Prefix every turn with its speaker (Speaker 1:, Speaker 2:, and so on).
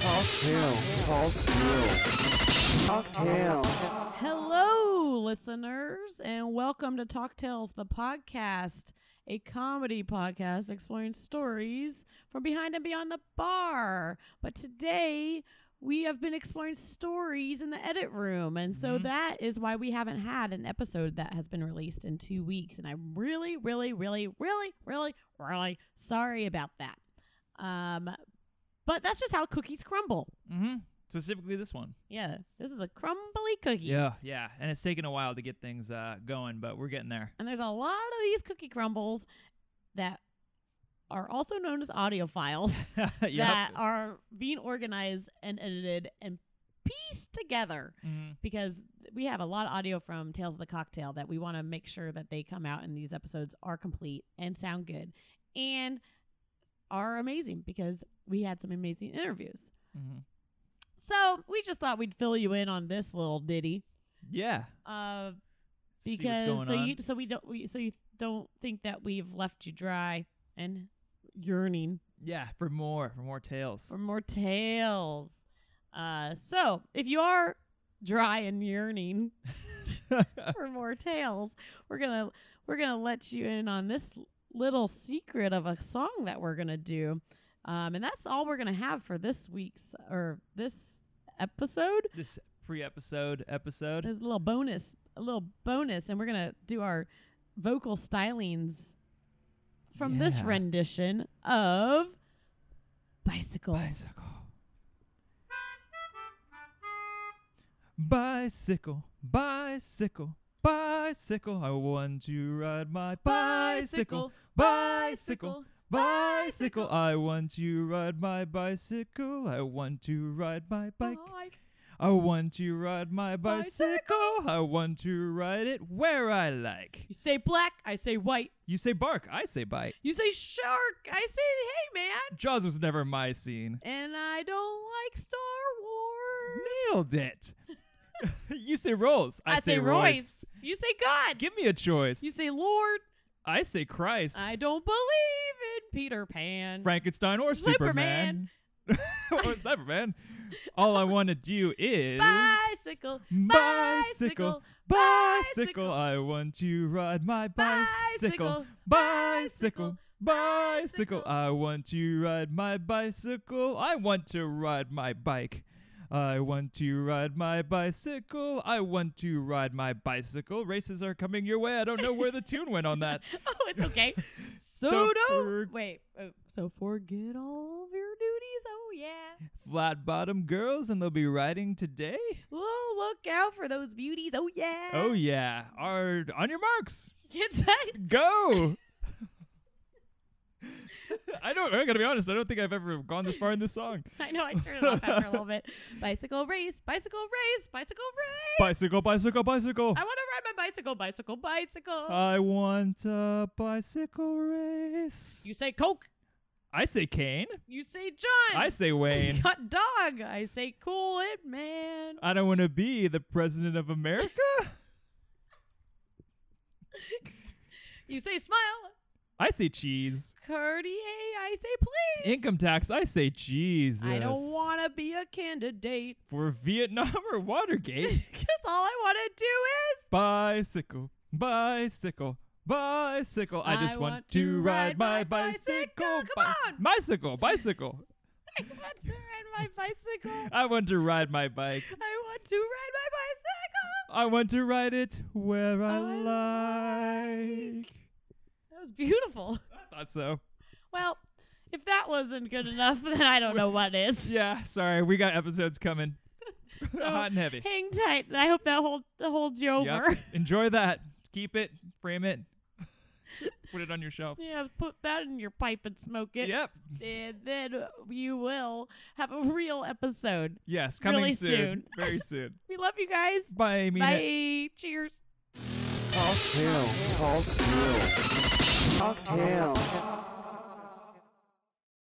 Speaker 1: Cocktail. Cocktail. Cocktail.
Speaker 2: Hello, listeners, and welcome to Talk Tales, the podcast, a comedy podcast exploring stories from behind and beyond the bar. But today, we have been exploring stories in the edit room. And so that is why we haven't had an episode that has been released in two weeks. And I'm really, really, really, really, really, really sorry about that. Um, but that's just how cookies crumble.
Speaker 3: Mm-hmm. Specifically this one.
Speaker 2: Yeah, this is a crumbly cookie.
Speaker 3: Yeah, yeah. And it's taken a while to get things uh, going, but we're getting there.
Speaker 2: And there's a lot of these cookie crumbles that are also known as audio files
Speaker 3: Yep.
Speaker 2: that are being organized and edited and pieced together
Speaker 3: Mhm.
Speaker 2: because we have a lot of audio from Tales of the Cocktail that we want to make sure that they come out and these episodes are complete and sound good and are amazing because we had some amazing interviews.
Speaker 3: Mhm.
Speaker 2: So we just thought we'd fill you in on this little ditty.
Speaker 3: Yeah.
Speaker 2: Uh,
Speaker 3: See what's
Speaker 2: because
Speaker 3: going
Speaker 2: so
Speaker 3: on.
Speaker 2: you so we don't we, so you don't think that we've left you dry and yearning
Speaker 3: yeah, for more, for more tales.
Speaker 2: for more tales. Uh, so if you are dry and yearning for more tales, we're gonna we're gonna let you in on this l- little secret of a song that we're gonna do, um, and that's all we're gonna have for this week's or this episode.
Speaker 3: this pre-episode episode.
Speaker 2: There's a little bonus, a little bonus, and we're gonna do our vocal stylings from this
Speaker 3: Yeah.
Speaker 2: rendition of bicycle.
Speaker 3: Bicycle. Bicycle, bicycle, bicycle. I want to ride my bicycle, bicycle, bicycle. I want to ride my bicycle. I want to ride my bike.
Speaker 2: Oh,
Speaker 3: I want to ride my bicycle. I want to ride it where I like.
Speaker 2: You say black, I say white.
Speaker 3: You say bark, I say bite.
Speaker 2: You say shark, I say hey man.
Speaker 3: Jaws was never my scene.
Speaker 2: And I don't like Star Wars.
Speaker 3: Nailed it. you say rolls, I, say, Royce.
Speaker 2: Royce. You say God.
Speaker 3: Give me a choice.
Speaker 2: you say Lord.
Speaker 3: I say Christ,
Speaker 2: I don't believe in Peter Pan.
Speaker 3: Frankenstein, or Superman. or Superman. All I want to do is
Speaker 2: bicycle.
Speaker 3: bicycle,
Speaker 2: bicycle.
Speaker 3: bicycle. I want to ride my bicycle,
Speaker 2: bicycle,
Speaker 3: bicycle, bicycle. I want to ride my bicycle. I want to ride my bike. I want to ride my bicycle. I want to ride my bicycle. Races are coming your way. I don't know where the tune went on that.
Speaker 2: oh, it's okay. So,
Speaker 3: So
Speaker 2: don't
Speaker 3: for-
Speaker 2: wait. oh, so forget all of your duties. Oh yeah.
Speaker 3: Flat bottom girls, and they'll be riding today.
Speaker 2: Oh, look out for those beauties. Oh yeah.
Speaker 3: Oh yeah. Are on your marks.
Speaker 2: It's like,
Speaker 3: Go. I don't I gotta be honest, I don't think I've ever gone this far in this song.
Speaker 2: I know I turned it off after a little bit. Bicycle race, bicycle race, bicycle race.
Speaker 3: Bicycle, bicycle, bicycle.
Speaker 2: I want to ride my bicycle, bicycle, bicycle.
Speaker 3: I want a bicycle race.
Speaker 2: you say Coke.
Speaker 3: I say Kane.
Speaker 2: You say John.
Speaker 3: I say Wayne.
Speaker 2: hot dog. I say cool it, man.
Speaker 3: I don't wanna be the president of America.
Speaker 2: You say smile.
Speaker 3: I say cheese.
Speaker 2: Cartier. I say please.
Speaker 3: Income tax, I say Jesus.
Speaker 2: I don't want to be a candidate.
Speaker 3: for Vietnam or Watergate.
Speaker 2: That's all I want to do is.
Speaker 3: Bicycle, bicycle, bicycle. I just want, to ride, my bicycle.
Speaker 2: Come
Speaker 3: Bi-
Speaker 2: on.
Speaker 3: Bicycle, bicycle.
Speaker 2: I want to ride my bicycle.
Speaker 3: I want to ride my bike.
Speaker 2: I want to ride my bicycle.
Speaker 3: I want to ride it where I, like.
Speaker 2: That was beautiful.
Speaker 3: I thought so.
Speaker 2: Well, if that wasn't good enough, then I don't know what is.
Speaker 3: Yeah, sorry. We got episodes coming.
Speaker 2: So,
Speaker 3: Hot and heavy.
Speaker 2: Hang tight. I hope that hold that holds you
Speaker 3: Yep.
Speaker 2: over.
Speaker 3: Enjoy that. Keep it, frame it, put it on your shelf.
Speaker 2: yeah, put that in your pipe and smoke it.
Speaker 3: Yep.
Speaker 2: And then you will have a real episode.
Speaker 3: Yes, coming
Speaker 2: Really soon.
Speaker 3: soon. Very soon.
Speaker 2: We love you guys.
Speaker 3: Bye, Amy.
Speaker 2: Bye. Cheers.
Speaker 1: Cocktail. Cocktail. Cocktail.